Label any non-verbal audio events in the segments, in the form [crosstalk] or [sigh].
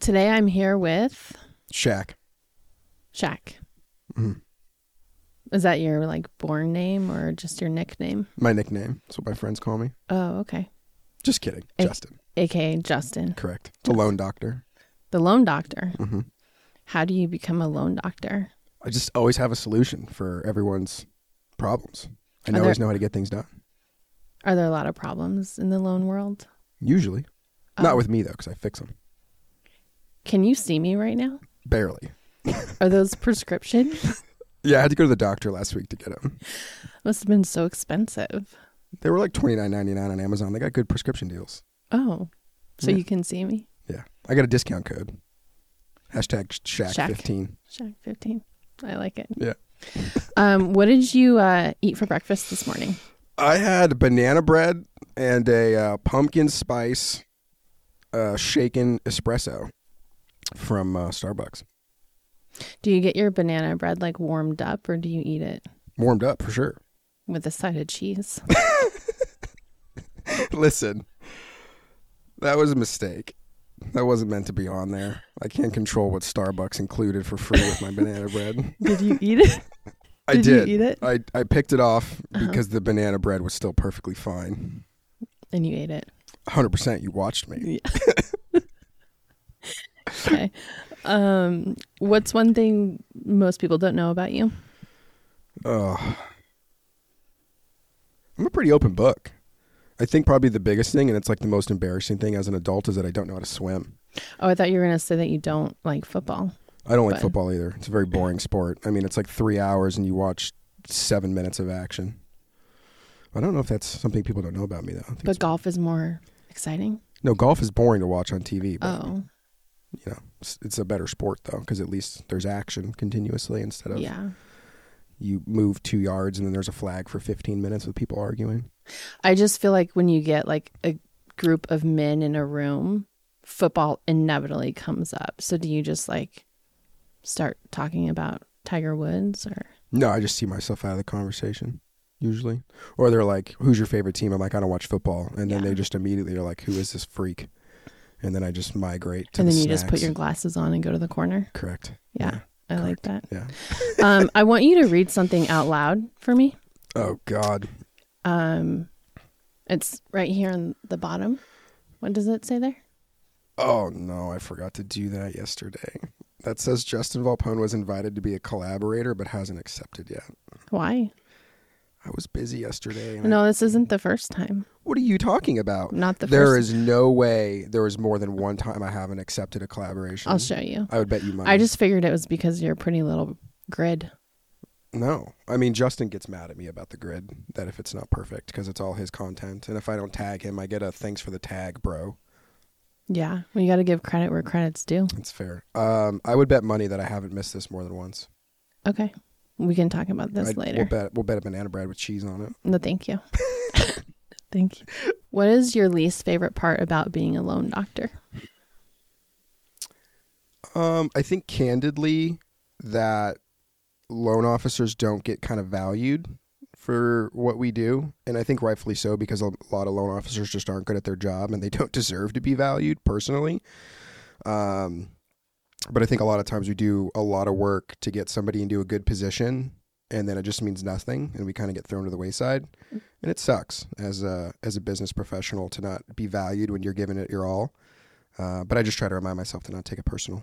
Today I'm here with Shaq. Shaq. Mhm. Is that your like born name or just your nickname? My nickname. That's what my friends call me. Oh, okay. Just kidding. Hey. Justin. AKA Justin, Correct. It's a loan doctor. the loan doctor. hmm How do you become a loan doctor? I just always have a solution for everyone's problems. Are And I there- always know how to get things done. Are there a lot of problems in the loan world? Usually. Oh. Not with me, though, because I fix them. Can you see me right now? Barely. Are those prescription? Yeah, I had to go to the doctor last week to get them. Must have been so expensive. They were like twenty nine ninety nine on Amazon. They got good prescription deals. Oh, so Yeah. you can see me, Yeah. I got a discount code. Hashtag Shaq15. Shaq fifteen. I like it. Yeah. Um, what did you uh, eat for breakfast this morning? I had banana bread and a uh, pumpkin spice uh, shaken espresso from uh, Starbucks. Do you get your banana bread like warmed up, or do you eat it Warmed up for sure. [laughs] with a side of cheese? Listen, that was a mistake. That wasn't meant to be on there. I can't control what Starbucks included for free with my banana bread. [laughs] [laughs] did you eat it? I you did. eat it? Uh-huh. I, I picked it off because the banana bread was still perfectly fine. [laughs] And you ate it. 100% you watched me. Okay. um, what's one thing most people don't know about you? Ugh. I'm a pretty open book. I think probably the biggest thing, and it's like the most embarrassing thing as an adult, is that I don't know how to swim. Oh, I thought you were gonna say that you don't like football. I don't like But- football either. It's a very boring sport. I mean, it's like three hours and you watch seven minutes of action. I don't know if that's something people don't know about me though. I think But it's- golf is more exciting. no, golf is boring to watch on TV. But, Oh, you know, it's, it's a better sport though because at least there's action continuously instead of yeah. you move two yards and then there's a flag for 15 minutes with people arguing. I just feel like when you get like a group of men in a room, football inevitably comes up. So do you just like start talking about Tiger Woods or No, I just see myself out of the conversation usually. Or they're like, "Who's your favorite team?" I'm like, "I don't watch football," and then Yeah. they just immediately are like, "Who is this freak?" And then I just migrate to and the then you just put snacks. your glasses on and go to the corner? correct. Yeah. I like that. Yeah. Um, I want you to read something out loud for me. Oh God. Um, it's right here on the bottom. What does it say there? Oh no, I forgot to do that yesterday. That says Justin Valpone was invited to be a collaborator but hasn't accepted yet. Why? I was busy yesterday. And I- No, this isn't the first time. what are you talking about? Not the There first- is no way there is more than one time I haven't accepted a collaboration. I'll show you. I would bet you money. I just figured it was because you're a pretty little grid. no. I mean, Justin gets mad at me about the grid that if it's not perfect because it's all his content, and if I don't tag him, I get a thanks for the tag, bro. Yeah. Well, you got to give credit where credit's due. That's fair. Um, I would bet money that I haven't missed this more than once. Okay. We can talk about this I- later. We'll bet. We'll bet a banana bread with cheese on it. No, thank [laughs] you. thank you. What is your least favorite part about being a loan doctor? Um, I think candidly that loan officers don't get kind of valued for what we do, and I think rightfully so because a lot of loan officers just aren't good at their job and they don't [laughs] deserve to be valued personally. Um, but I think a lot of times we do a lot of work to get somebody into a good position, and then it just means nothing, and we kind of get thrown to the wayside, and it sucks as a as a business professional to not be valued when you're giving it your all. Uh, but I just try to remind myself to not take it personal.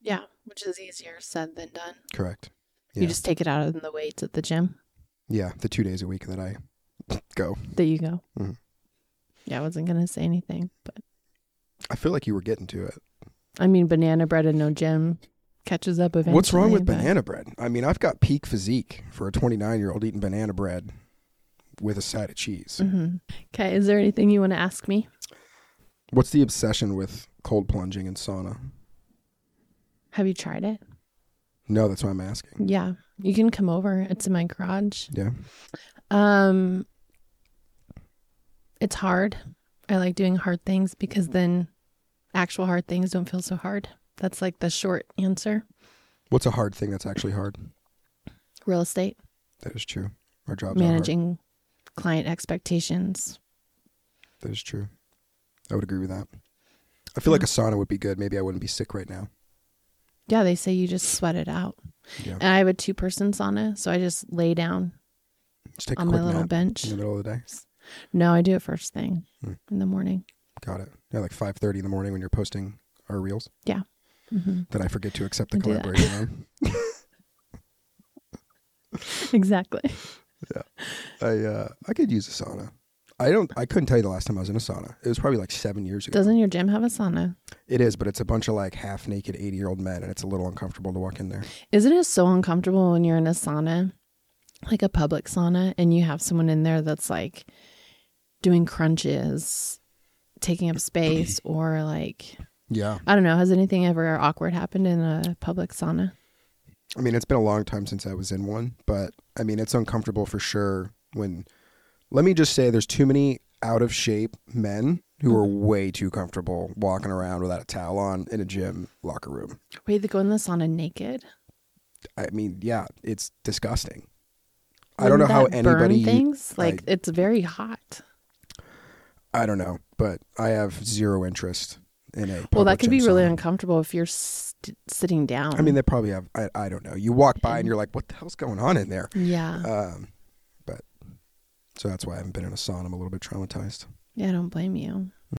Yeah, which is easier said than done. Correct. You Yeah. just take it out on the weights at the gym. Yeah, the two days a week that I [laughs] go. There you go. Mhm. Yeah, I wasn't going to say anything, but I feel like you were getting to it. I mean, banana bread and no gym catches up eventually. What's wrong with but- banana bread? I mean, I've got peak physique for a 29 year old eating banana bread with a side of cheese. Mhm. Okay, is there anything you want to ask me? What's the obsession with cold plunging and sauna? Have you tried it? No, that's why I'm asking. Yeah, you can come over. It's in my garage. Yeah. Um, it's hard. I like doing hard things because then actual hard things don't feel so hard. That's like the short answer. What's a hard thing that's actually hard? Real estate, That is true. Our jobs are hard. managing client expectations. That is true. I would agree with that. I feel like a sauna would be good. Maybe I wouldn't be sick right now. Yeah, they say you just sweat it out. Yeah. And I have a two person sauna, so I just lay down Just take a on quick my little nap bench. in the middle of the day. No, I do it first thing Hmm. in the morning. Got it. Yeah, like five thirty in the morning when you're posting our reels hmm that I forget to accept the I do that. collaboration on. [laughs] Exactly. I uh, I could use a sauna. I don't. I couldn't tell you the last time I was in a sauna. It was probably like seven years ago. Doesn't your gym have a sauna? It is, but it's a bunch of like half naked eighty year old men, and it's a little uncomfortable to walk in there. Isn't it so uncomfortable when you're in a sauna, like a public sauna, and you have someone in there that's like doing crunches, taking up [clears throat] space, or like, Yeah. I don't know, has anything ever awkward happened in a public sauna? I mean, it's been a long time since I was in one, but I mean, it's uncomfortable for sure. When, let me just say, there's too many out of shape men who are Mm-hmm. way too comfortable walking around without a towel on in a gym locker room. Wait, they go in the sauna naked? I mean, yeah, it's disgusting. I don't Wouldn't know how that burn anybody. things I- like it's very hot. I don't know, but I have zero interest in a. Well, that public could gym be really sauna. uncomfortable if you're st- sitting down. I mean, they probably have. I, I don't know. You walk by and you're like, "What the hell's going on in there?" yeah, Um, but so that's why I haven't been in a sauna. I'm a little bit traumatized. yeah. I don't blame you.